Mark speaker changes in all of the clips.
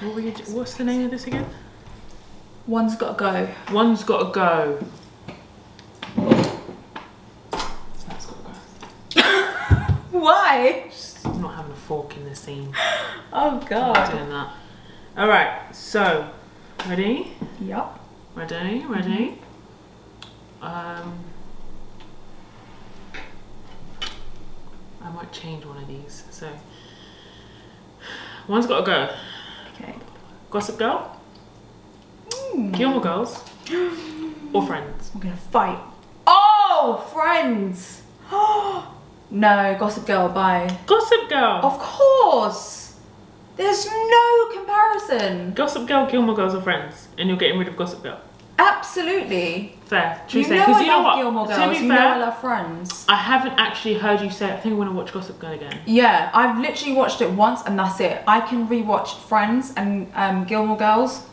Speaker 1: What were you, what's the name of this again?
Speaker 2: One's got to go.
Speaker 1: One's got to go. That's got to go.
Speaker 2: Why?
Speaker 1: Just not having a fork in the scene.
Speaker 2: Oh
Speaker 1: I'm not doing that. All right. So, ready,
Speaker 2: Yup.
Speaker 1: ready, ready. Um, I might change one of these. So, one's got to go.
Speaker 2: Okay.
Speaker 1: Gossip Girl,
Speaker 2: Hmm.
Speaker 1: Gilmore Girls, or Friends.
Speaker 2: We're gonna fight. Oh, friends. no, Gossip Girl. Bye.
Speaker 1: Gossip Girl.
Speaker 2: Of course. There's no comparison.
Speaker 1: Gossip Girl, Gilmore Girls, or Friends, and you're getting rid of Gossip Girl.
Speaker 2: Absolutely.
Speaker 1: Fair. True
Speaker 2: you
Speaker 1: say.
Speaker 2: know I
Speaker 1: 'Cause
Speaker 2: love
Speaker 1: you know what?
Speaker 2: Gilmore
Speaker 1: To
Speaker 2: Girls.
Speaker 1: be
Speaker 2: you
Speaker 1: fair,
Speaker 2: know I love Friends.
Speaker 1: I haven't actually heard you say. it. I think I want to watch Gossip Girl again.
Speaker 2: Yeah, I've literally watched it once and that's it. I can rewatch Friends and um, Gilmore Girls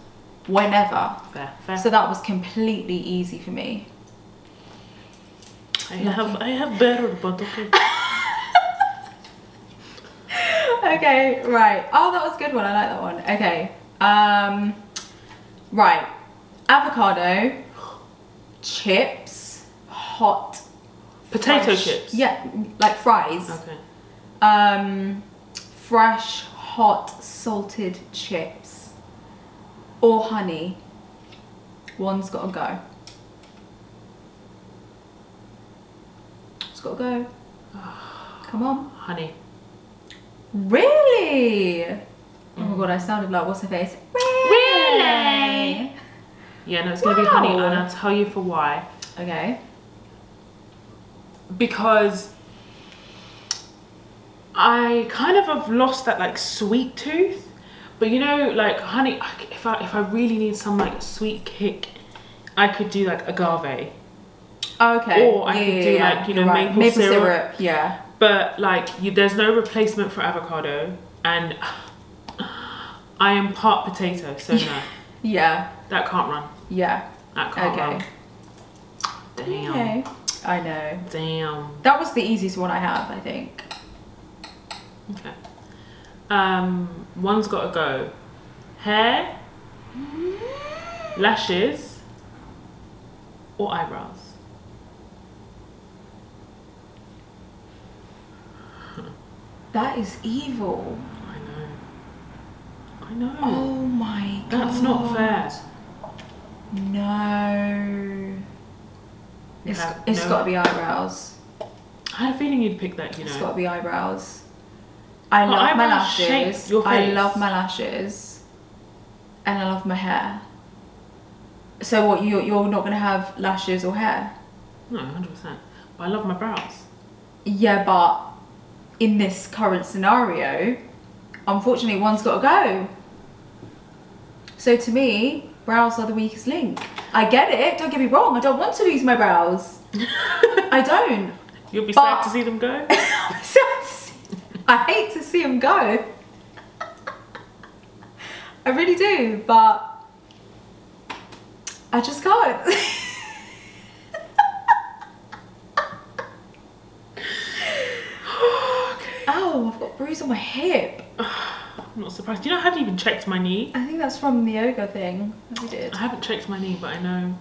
Speaker 2: whenever.
Speaker 1: Fair, fair.
Speaker 2: So that was completely easy for me.
Speaker 1: I have, I have better, but okay.
Speaker 2: Okay, right. Oh, that was a good one. I like that one. Okay. Um, right. Avocado, chips, hot.
Speaker 1: Potato
Speaker 2: fresh-
Speaker 1: chips.
Speaker 2: Yeah, like fries.
Speaker 1: Okay.
Speaker 2: Um, fresh, hot, salted chips, or honey. One's gotta go. It's gotta go. Come on.
Speaker 1: Honey.
Speaker 2: Really? Oh
Speaker 1: Mm.
Speaker 2: my god, I sounded like what's her face?
Speaker 1: Really? Yeah, no, it's gonna be honey, and
Speaker 2: Wow.
Speaker 1: I'll tell you for why.
Speaker 2: Okay.
Speaker 1: Because I kind of have lost that like sweet tooth, but you know, like honey. I c- If I if I really need some like sweet kick, I could do like agave.
Speaker 2: Okay.
Speaker 1: Or I could do, like, you know,
Speaker 2: You're
Speaker 1: maple syrup.
Speaker 2: Yeah.
Speaker 1: but like you, there's no replacement for avocado and i am part potato so no
Speaker 2: Yeah.
Speaker 1: that can't run
Speaker 2: Yeah.
Speaker 1: that can't
Speaker 2: Okay.
Speaker 1: run damn
Speaker 2: Okay. I know.
Speaker 1: damn
Speaker 2: That was the easiest one I have, I think.
Speaker 1: okay um one's gotta go hair lashes or eyebrows
Speaker 2: That is evil.
Speaker 1: i know i know
Speaker 2: Oh my god.
Speaker 1: that's not fair
Speaker 2: No.
Speaker 1: You
Speaker 2: It's,
Speaker 1: have
Speaker 2: it's
Speaker 1: no-
Speaker 2: got to be eyebrows.
Speaker 1: i had a feeling you'd pick that you know
Speaker 2: It's got to be eyebrows. I
Speaker 1: But
Speaker 2: love my
Speaker 1: eyebrows shape
Speaker 2: lashes.
Speaker 1: your
Speaker 2: I
Speaker 1: face.
Speaker 2: love my lashes, and I love my hair. So what? You you're not gonna have lashes or hair?
Speaker 1: no 100% but i love my brows
Speaker 2: Yeah, but in this current scenario, unfortunately, one's got to go. So to me, brows are the weakest link. I get it. Don't get me wrong. I don't want to lose my brows. I don't.
Speaker 1: You'll be
Speaker 2: But-
Speaker 1: sad to see them go.
Speaker 2: I hate to see him go. I really do, but I just can't. Ow, Oh, I've got a bruise on my hip.
Speaker 1: I'm not surprised. You know, I haven't even checked my knee.
Speaker 2: I think that's from the yoga thing that we did.
Speaker 1: I haven't checked my knee, but I know.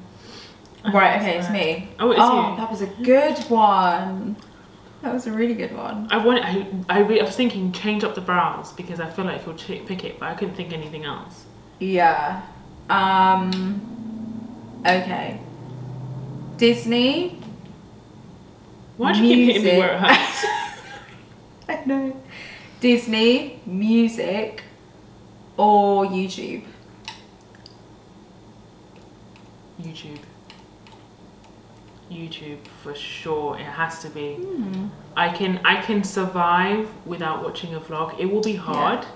Speaker 1: I know
Speaker 2: Right, okay, it's
Speaker 1: bad.
Speaker 2: me.
Speaker 1: Oh, it's
Speaker 2: oh,
Speaker 1: you.
Speaker 2: that was a good one. That was a really good one.
Speaker 1: I want. I. I, re- I was thinking change up the brows because I feel like you'll ch- pick it, but I couldn't think anything else.
Speaker 2: Yeah. Um okay. Disney.
Speaker 1: Why do you keep hitting me
Speaker 2: Music.
Speaker 1: where it hurts?
Speaker 2: I know. Disney, music, or YouTube.
Speaker 1: YouTube. YouTube for sure. It has to be.
Speaker 2: Hmm.
Speaker 1: I can. I can survive without watching a vlog. It will be hard,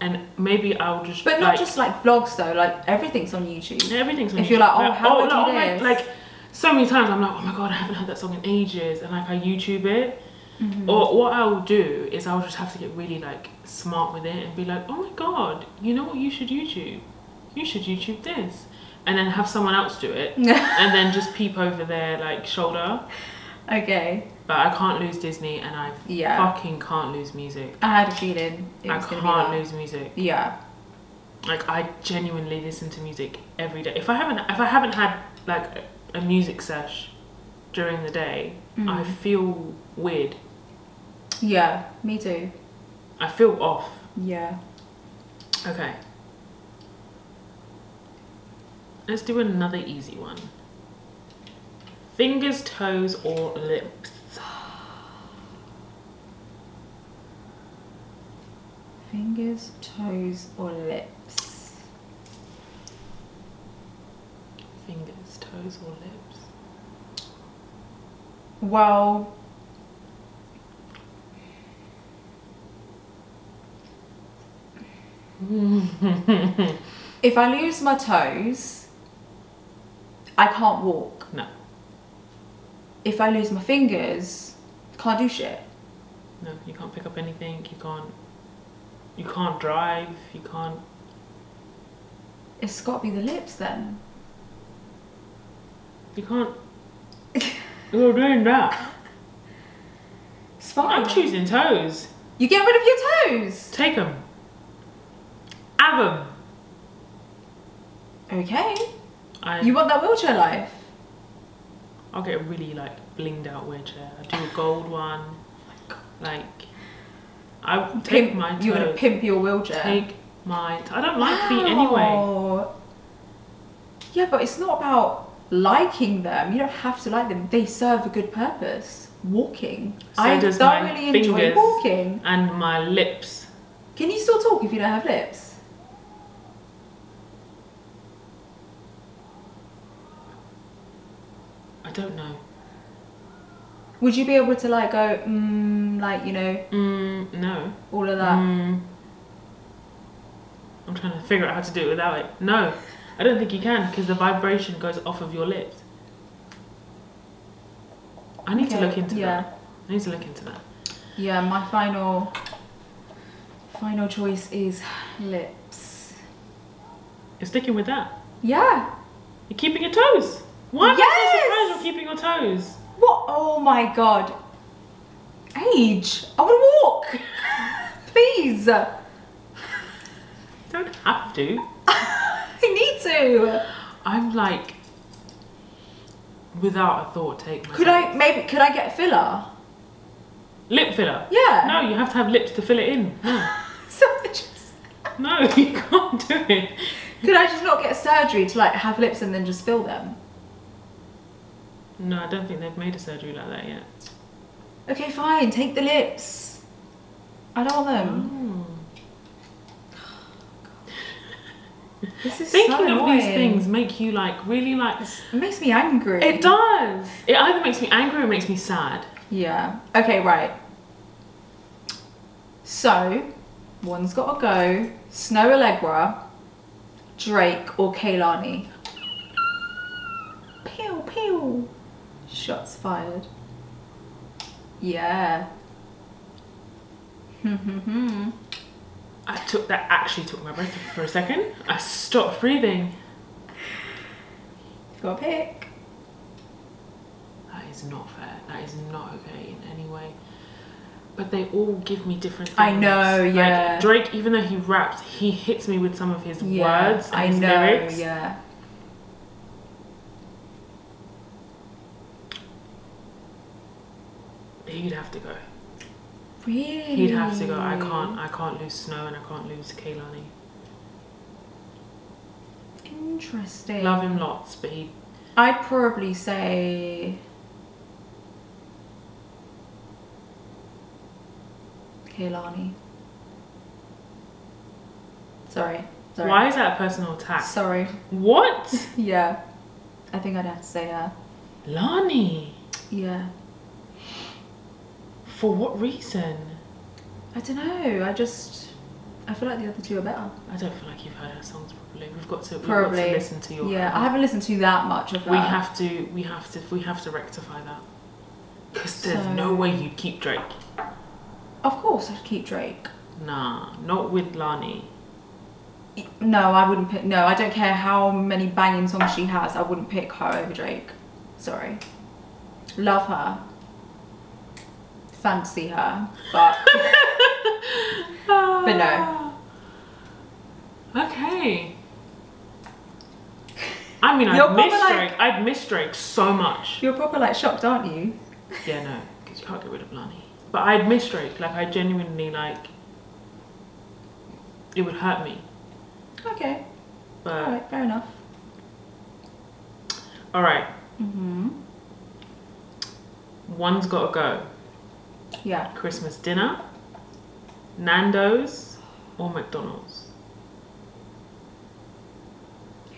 Speaker 1: and maybe I'll just.
Speaker 2: But not
Speaker 1: like,
Speaker 2: just like vlogs though, like everything's on YouTube.
Speaker 1: Everything's on
Speaker 2: If you're like,
Speaker 1: YouTube.
Speaker 2: oh, how would
Speaker 1: like,
Speaker 2: you
Speaker 1: my-
Speaker 2: this?
Speaker 1: like, so many times I'm like, oh my god, I haven't heard that song in ages, and like I YouTube it.
Speaker 2: Mm-hmm.
Speaker 1: Or what I'll do is I'll just have to get really like smart with it and be like, oh my god, you know what you should YouTube? You should YouTube this, and then have someone else do it, and then just peep over their like shoulder.
Speaker 2: okay.
Speaker 1: But I can't lose Disney, and I
Speaker 2: Yeah.
Speaker 1: fucking can't lose music.
Speaker 2: I had a feeling it
Speaker 1: I
Speaker 2: was gonna be
Speaker 1: can't
Speaker 2: that.
Speaker 1: lose music.
Speaker 2: Yeah.
Speaker 1: Like I genuinely listen to music every day. If I haven't if I haven't had like a music sesh during the day, I feel weird.
Speaker 2: Yeah, me too.
Speaker 1: I feel off.
Speaker 2: Yeah.
Speaker 1: Okay. Let's do another easy one. Fingers, toes, or lips.
Speaker 2: Fingers, toes, or lips.
Speaker 1: Fingers, toes, or lips.
Speaker 2: Well, if I lose my toes, I can't walk.
Speaker 1: No.
Speaker 2: If I lose my fingers, can't do shit.
Speaker 1: No, you can't pick up anything. You can't. You can't drive. You can't.
Speaker 2: It's got to be the lips then.
Speaker 1: You can't. You're doing that.
Speaker 2: It's fine.
Speaker 1: I'm choosing toes.
Speaker 2: You get rid of your toes.
Speaker 1: Take them. Have them.
Speaker 2: Okay.
Speaker 1: I,
Speaker 2: You want that wheelchair life?
Speaker 1: I'll get a really like blinged out wheelchair. I do a gold one. Like, I take
Speaker 2: Pimp,
Speaker 1: my toes.
Speaker 2: You're gonna pimp your wheelchair.
Speaker 1: Take my. I I don't like feet anyway.
Speaker 2: Wow. Yeah, but it's not about liking them. You don't have to like them. They serve a good purpose. Walking.
Speaker 1: So
Speaker 2: I
Speaker 1: does my
Speaker 2: thoroughly enjoy
Speaker 1: fingers.
Speaker 2: walking.
Speaker 1: And my lips.
Speaker 2: Can you still talk if you don't have lips?
Speaker 1: I don't know.
Speaker 2: Would you be able to like go mm, like you know
Speaker 1: Mm, no.
Speaker 2: all of that?
Speaker 1: Mm. I'm trying to figure out how to do it without it. No, I don't think you can because the vibration goes off of your lips. I need
Speaker 2: Okay,
Speaker 1: to look into
Speaker 2: yeah.
Speaker 1: that. I need to look into that.
Speaker 2: Yeah, my final final choice is lips.
Speaker 1: You're sticking with that.
Speaker 2: Yeah.
Speaker 1: You're keeping your toes. Why am I
Speaker 2: Yes!
Speaker 1: so surprised you're keeping your toes?
Speaker 2: What? Oh my god. Age. I want to walk. Please.
Speaker 1: You don't have to.
Speaker 2: I need to.
Speaker 1: I'm like, without a thought, take my
Speaker 2: Could I maybe could I get filler?
Speaker 1: lip filler.
Speaker 2: Yeah.
Speaker 1: No, you have to have lips to fill it in. No,
Speaker 2: So I just,
Speaker 1: no, you can't do it.
Speaker 2: could I just not get surgery to like have lips and then just fill them?
Speaker 1: No, I don't think they've made a surgery like that yet.
Speaker 2: Okay, fine. Take the lips. I don't want them. This is
Speaker 1: Thinking
Speaker 2: so
Speaker 1: of these
Speaker 2: annoying.
Speaker 1: things make you like really like.
Speaker 2: It makes me angry.
Speaker 1: It does. It either makes me angry or it makes me sad.
Speaker 2: Yeah. Okay. Right. So, one's got to go. Snow Allegra, Drake, or Kaylani. Pew pew. Shots fired. Yeah. Hmm.
Speaker 1: I took that actually took my breath for a second. I stopped breathing.
Speaker 2: got a pick.
Speaker 1: That is not fair. That is not okay in any way. But they all give me different things.
Speaker 2: I know, yeah.
Speaker 1: Like Drake, even though he raps, he hits me with some of his
Speaker 2: Yeah,
Speaker 1: words and
Speaker 2: I
Speaker 1: his
Speaker 2: know.
Speaker 1: lyrics.
Speaker 2: Yeah.
Speaker 1: He'd have to go.
Speaker 2: Really.
Speaker 1: He'd have to go. I can't. I can't lose Snow and I can't lose Kaylani.
Speaker 2: Interesting.
Speaker 1: Love him lots, but he
Speaker 2: I'd probably say Kaylani. Sorry. Sorry.
Speaker 1: Why is that a personal attack?
Speaker 2: Sorry.
Speaker 1: What?
Speaker 2: Yeah. I think I'd have to say her.
Speaker 1: Lani?
Speaker 2: Yeah.
Speaker 1: For what reason?
Speaker 2: I don't know. I just I feel like the other two are better.
Speaker 1: I don't feel like you've heard her songs properly. We've got to, we've got to
Speaker 2: Probably.
Speaker 1: listen to your
Speaker 2: yeah, I
Speaker 1: album.
Speaker 2: haven't listened to that much of her.
Speaker 1: we have to we have to we have to rectify that. Cause there's no
Speaker 2: So-
Speaker 1: way you'd keep Drake.
Speaker 2: Of course, I'd keep Drake.
Speaker 1: Nah, not with Lani.
Speaker 2: No, I wouldn't pick. No, I don't care how many banging songs she has. I wouldn't pick her over Drake. Sorry. Love her. Fancy her, but but no.
Speaker 1: Ah. Okay. I mean,
Speaker 2: You're
Speaker 1: I'd
Speaker 2: probably
Speaker 1: miss
Speaker 2: like-
Speaker 1: Drake. I'd miss Drake so much.
Speaker 2: You're proper like shocked, aren't you?
Speaker 1: Yeah, no, because you can't get rid of Lani. But I'd miss Drake. Like, I genuinely like. It would hurt me.
Speaker 2: Okay, all
Speaker 1: But
Speaker 2: right, fair enough.
Speaker 1: all right,
Speaker 2: Mm-hmm.
Speaker 1: one's got to go.
Speaker 2: Yeah.
Speaker 1: Christmas dinner, Nando's, or McDonald's.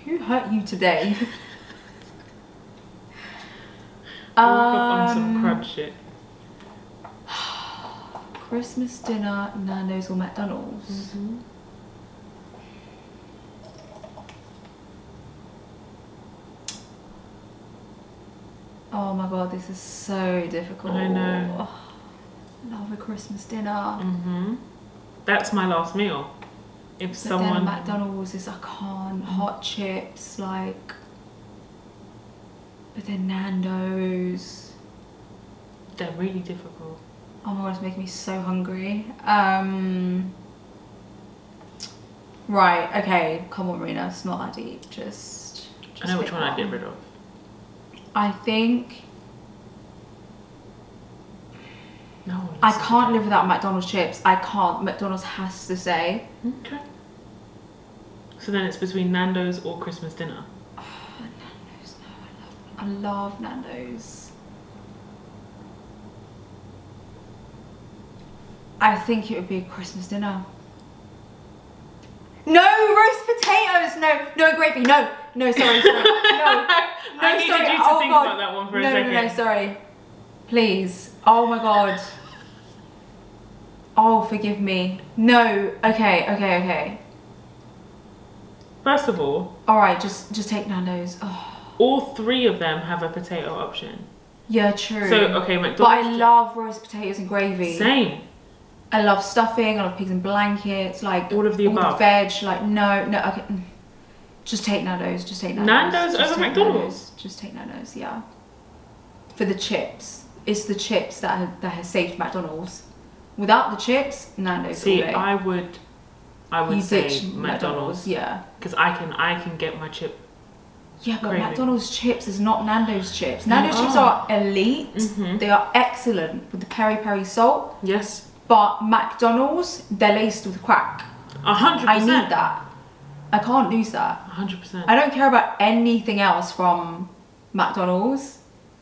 Speaker 2: Who hurt you today?
Speaker 1: I woke up on some
Speaker 2: Um,
Speaker 1: crud shit.
Speaker 2: Christmas dinner, Nando's or
Speaker 1: Mm.
Speaker 2: McDonald's? Oh my god, this is so difficult.
Speaker 1: I know.
Speaker 2: Love a Christmas dinner.
Speaker 1: Mhm. That's my last meal. If
Speaker 2: But
Speaker 1: someone Mm-hmm.
Speaker 2: then McDonald's is I can't. Hot chips, like. But then Nando's.
Speaker 1: they're really difficult.
Speaker 2: Oh my god, it's making me so hungry. Um. Right, okay, come on, Marina, it's not that deep. Just. just
Speaker 1: I know which
Speaker 2: pick
Speaker 1: one I'd get rid of.
Speaker 2: I think
Speaker 1: No.
Speaker 2: I can't live without McDonald's chips. I can't. McDonald's has to say
Speaker 1: Okay. So then it's between Nando's or Christmas dinner.
Speaker 2: Nando's. No, I love, I love Nando's. I think it would be Christmas dinner. No roast potatoes. No, no gravy. No, no. Sorry, sorry. No, no.
Speaker 1: I needed
Speaker 2: sorry.
Speaker 1: you to
Speaker 2: oh
Speaker 1: think
Speaker 2: god.
Speaker 1: about that one for a
Speaker 2: no,
Speaker 1: second.
Speaker 2: No, no, sorry. Please. Oh my god. Oh, forgive me. No. Okay. Okay. Okay.
Speaker 1: First of all,
Speaker 2: All right, just just take Nando's. Oh,
Speaker 1: all three of them have a potato option.
Speaker 2: yeah, true.
Speaker 1: So okay,
Speaker 2: but I
Speaker 1: McDonald's.
Speaker 2: love roast potatoes and gravy.
Speaker 1: Same.
Speaker 2: I love stuffing. I love pigs and blankets. Like
Speaker 1: All of the
Speaker 2: all
Speaker 1: above.
Speaker 2: The veg. Like no, no. Okay, mm. just take Nando's. Just take Nando's.
Speaker 1: Nando's
Speaker 2: just
Speaker 1: over
Speaker 2: take
Speaker 1: McDonald's?
Speaker 2: Nando's, Just take Nando's. Yeah. For the chips, it's the chips that have, that has saved McDonald's. Without the chips, Nando's.
Speaker 1: See,
Speaker 2: all day.
Speaker 1: I would, I would
Speaker 2: You ditch
Speaker 1: say McDonald's
Speaker 2: Yeah.
Speaker 1: because I can, I can get my chip.
Speaker 2: Yeah, but
Speaker 1: Gravy.
Speaker 2: McDonald's chips is not Nando's chips. Nando's
Speaker 1: They
Speaker 2: chips
Speaker 1: are.
Speaker 2: are elite.
Speaker 1: Mhm.
Speaker 2: They are excellent with the peri peri salt,
Speaker 1: Yes,
Speaker 2: but McDonald's they're laced with crack.
Speaker 1: a hundred
Speaker 2: I
Speaker 1: percent.
Speaker 2: need that. I can't lose that.
Speaker 1: A hundred percent.
Speaker 2: I don't care about anything else from McDonald's,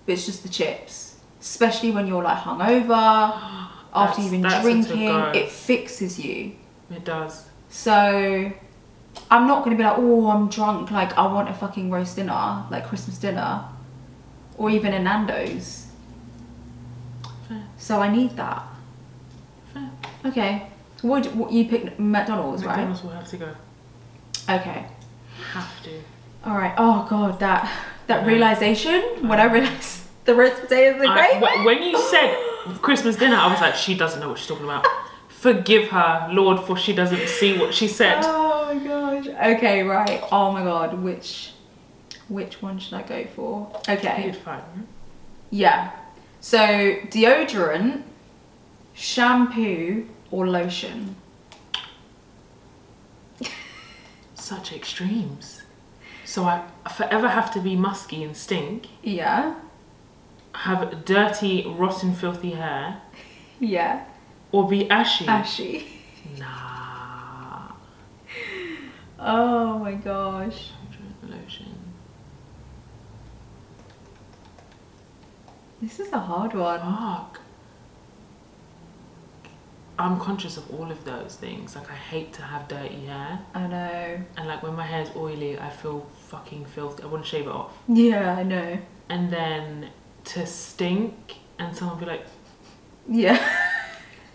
Speaker 2: but it's just the chips. Especially when you're like hungover, after
Speaker 1: That's-
Speaker 2: you've been
Speaker 1: that's a to
Speaker 2: drinking,
Speaker 1: go.
Speaker 2: it fixes you.
Speaker 1: It does.
Speaker 2: So I'm not gonna be like, oh, I'm drunk. Like I want a fucking roast dinner, like Christmas dinner, or even a Nando's.
Speaker 1: Fair.
Speaker 2: So I need that.
Speaker 1: Fair.
Speaker 2: Okay. Would what you pick McDonald's,
Speaker 1: McDonald's will have to go.
Speaker 2: right? Okay.
Speaker 1: Have to.
Speaker 2: All right. Oh god, that that
Speaker 1: I know.
Speaker 2: realization when I realized the roast potatoes are
Speaker 1: I-
Speaker 2: great.
Speaker 1: wh- when you said Christmas dinner, I was like, she doesn't know what she's talking about. Forgive her, Lord, for she doesn't see what she said.
Speaker 2: Oh my gosh. Okay, right. Oh my god. Which which one should I go for? Okay.
Speaker 1: You'd find her.
Speaker 2: Yeah. So deodorant, shampoo, or lotion.
Speaker 1: such extremes. So I forever have to be musky and stink.
Speaker 2: Yeah.
Speaker 1: Have dirty, rotten, filthy hair,
Speaker 2: Yeah.
Speaker 1: or be ashy.
Speaker 2: Ashy.
Speaker 1: Nah.
Speaker 2: Oh my gosh.
Speaker 1: Lotion.
Speaker 2: This is a hard one.
Speaker 1: Fuck. I'm conscious of all of those things. Like I hate to have dirty hair,
Speaker 2: I know.
Speaker 1: and like when my hair's oily, I feel fucking filthy. I want to shave it off.
Speaker 2: Yeah, I know.
Speaker 1: And then to stink, and someone be like,
Speaker 2: Yeah.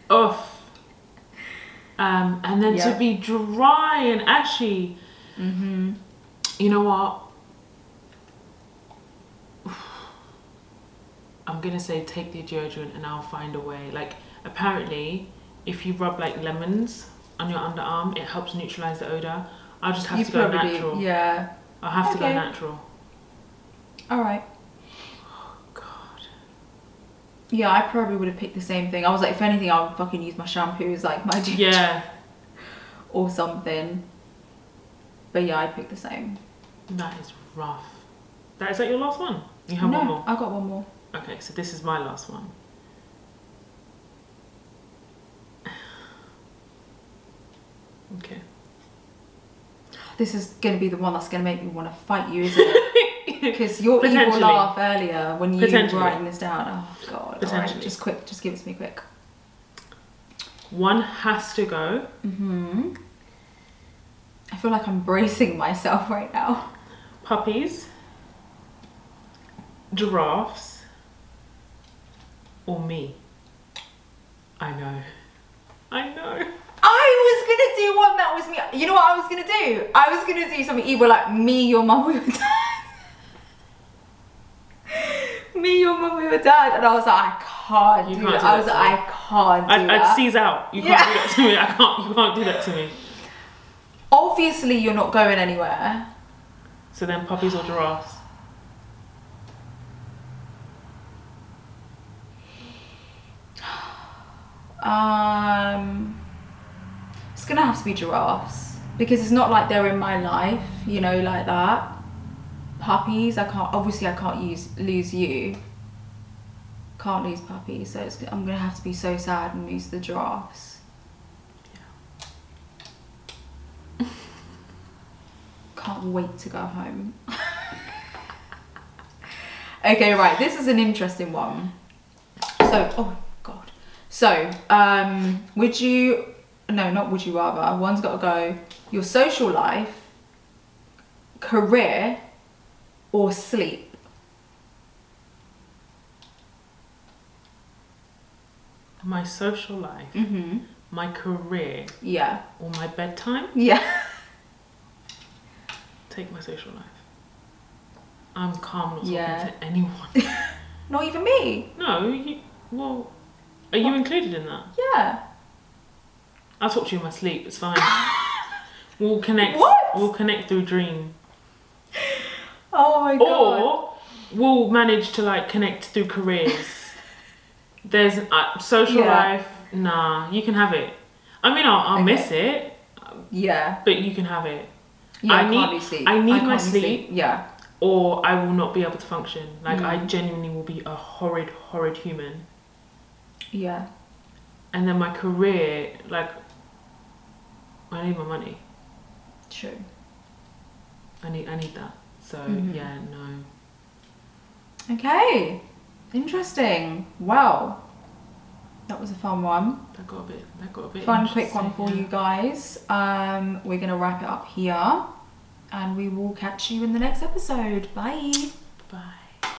Speaker 1: "Ugh." Um, and then
Speaker 2: Yeah.
Speaker 1: to be dry and ashy.
Speaker 2: Mhm.
Speaker 1: You know what? I'm gonna say take the deodorant and I'll find a way. Like apparently, if you rub like lemons on your underarm, it helps neutralize the odor. I'll just have
Speaker 2: You
Speaker 1: to go
Speaker 2: probably-
Speaker 1: natural.
Speaker 2: Yeah.
Speaker 1: I'll have to go
Speaker 2: Okay.
Speaker 1: natural.
Speaker 2: All right.
Speaker 1: Oh, God.
Speaker 2: Yeah, I probably would have picked the same thing. I was like, if anything, I would fucking use my shampoo as like my deodorant
Speaker 1: Yeah.
Speaker 2: or something. But yeah, I'd pick the same.
Speaker 1: That is rough. That is that your last one? You have
Speaker 2: no,
Speaker 1: one more.
Speaker 2: I got one more.
Speaker 1: Okay, so this is my last one. Okay.
Speaker 2: This is going to be the one that's going to make me want to fight you, isn't it? Because your evil
Speaker 1: Potentially.
Speaker 2: laugh earlier when you were
Speaker 1: Potentially.
Speaker 2: writing this down. Oh god! all right,
Speaker 1: Potentially.
Speaker 2: just quick, just give it to me quick.
Speaker 1: One has to go.
Speaker 2: Hmm. I feel like I'm bracing myself right now.
Speaker 1: Puppies. Giraffes. Or me. I know. I know.
Speaker 2: I was gonna do one that was me. You know what I was gonna do? I was gonna do something evil like me, your mum, or your dad. me, your mum, or your dad, and I was like, I can't
Speaker 1: You
Speaker 2: do
Speaker 1: can't
Speaker 2: that.
Speaker 1: do
Speaker 2: I
Speaker 1: that
Speaker 2: was
Speaker 1: to
Speaker 2: like,
Speaker 1: me.
Speaker 2: I can't do
Speaker 1: I'd,
Speaker 2: that.
Speaker 1: I'd seize out. You can't do that to me. I can't. You can't do that to me.
Speaker 2: Obviously, you're not going anywhere.
Speaker 1: So then, puppies or giraffes?
Speaker 2: Um, it's gonna have to be giraffes because it's not like they're in my life, you know, like that. Puppies, I can't. Obviously, I can't use lose you. Can't lose puppies, so it's, I'm gonna have to be so sad and lose the giraffes. Can't wait to go home. okay, right. This is an interesting one. So, oh god. So, um, would you? No, not would you rather. One's got to go. Your social life, career, or sleep.
Speaker 1: My social life,
Speaker 2: Mm-hmm.
Speaker 1: my career,
Speaker 2: Yeah.
Speaker 1: or my bedtime?
Speaker 2: Yeah.
Speaker 1: Take my social life. I'm calm, not talking
Speaker 2: Yeah.
Speaker 1: to anyone.
Speaker 2: Not even me.
Speaker 1: no, you. Well, are you included in that?
Speaker 2: Yeah.
Speaker 1: I'll talk to you in my sleep. It's fine. we'll connect.
Speaker 2: What?
Speaker 1: We'll connect through dream,
Speaker 2: Oh my god.
Speaker 1: or we'll manage to like connect through careers. There's uh, social
Speaker 2: Yeah.
Speaker 1: life. Nah, you can have it. I mean, I'll, I'll
Speaker 2: Okay.
Speaker 1: miss it,
Speaker 2: yeah.
Speaker 1: but you can have it.
Speaker 2: Yeah.
Speaker 1: I
Speaker 2: can't
Speaker 1: need-
Speaker 2: lose sleep.
Speaker 1: I need
Speaker 2: can't
Speaker 1: my
Speaker 2: lose Yeah.
Speaker 1: or I will not be able to function. Like
Speaker 2: Mm.
Speaker 1: I genuinely will be a horrid, horrid human.
Speaker 2: Yeah.
Speaker 1: And then my career, like I need my money.
Speaker 2: True.
Speaker 1: I need I need that. So
Speaker 2: Mhm.
Speaker 1: yeah, no.
Speaker 2: Okay. Interesting. Wow. That was a fun one.
Speaker 1: That got a bit that got a bit
Speaker 2: fun quick one
Speaker 1: interesting,
Speaker 2: for
Speaker 1: yeah.
Speaker 2: you guys um we're gonna wrap it up here and we will catch you in the next episode bye
Speaker 1: Bye.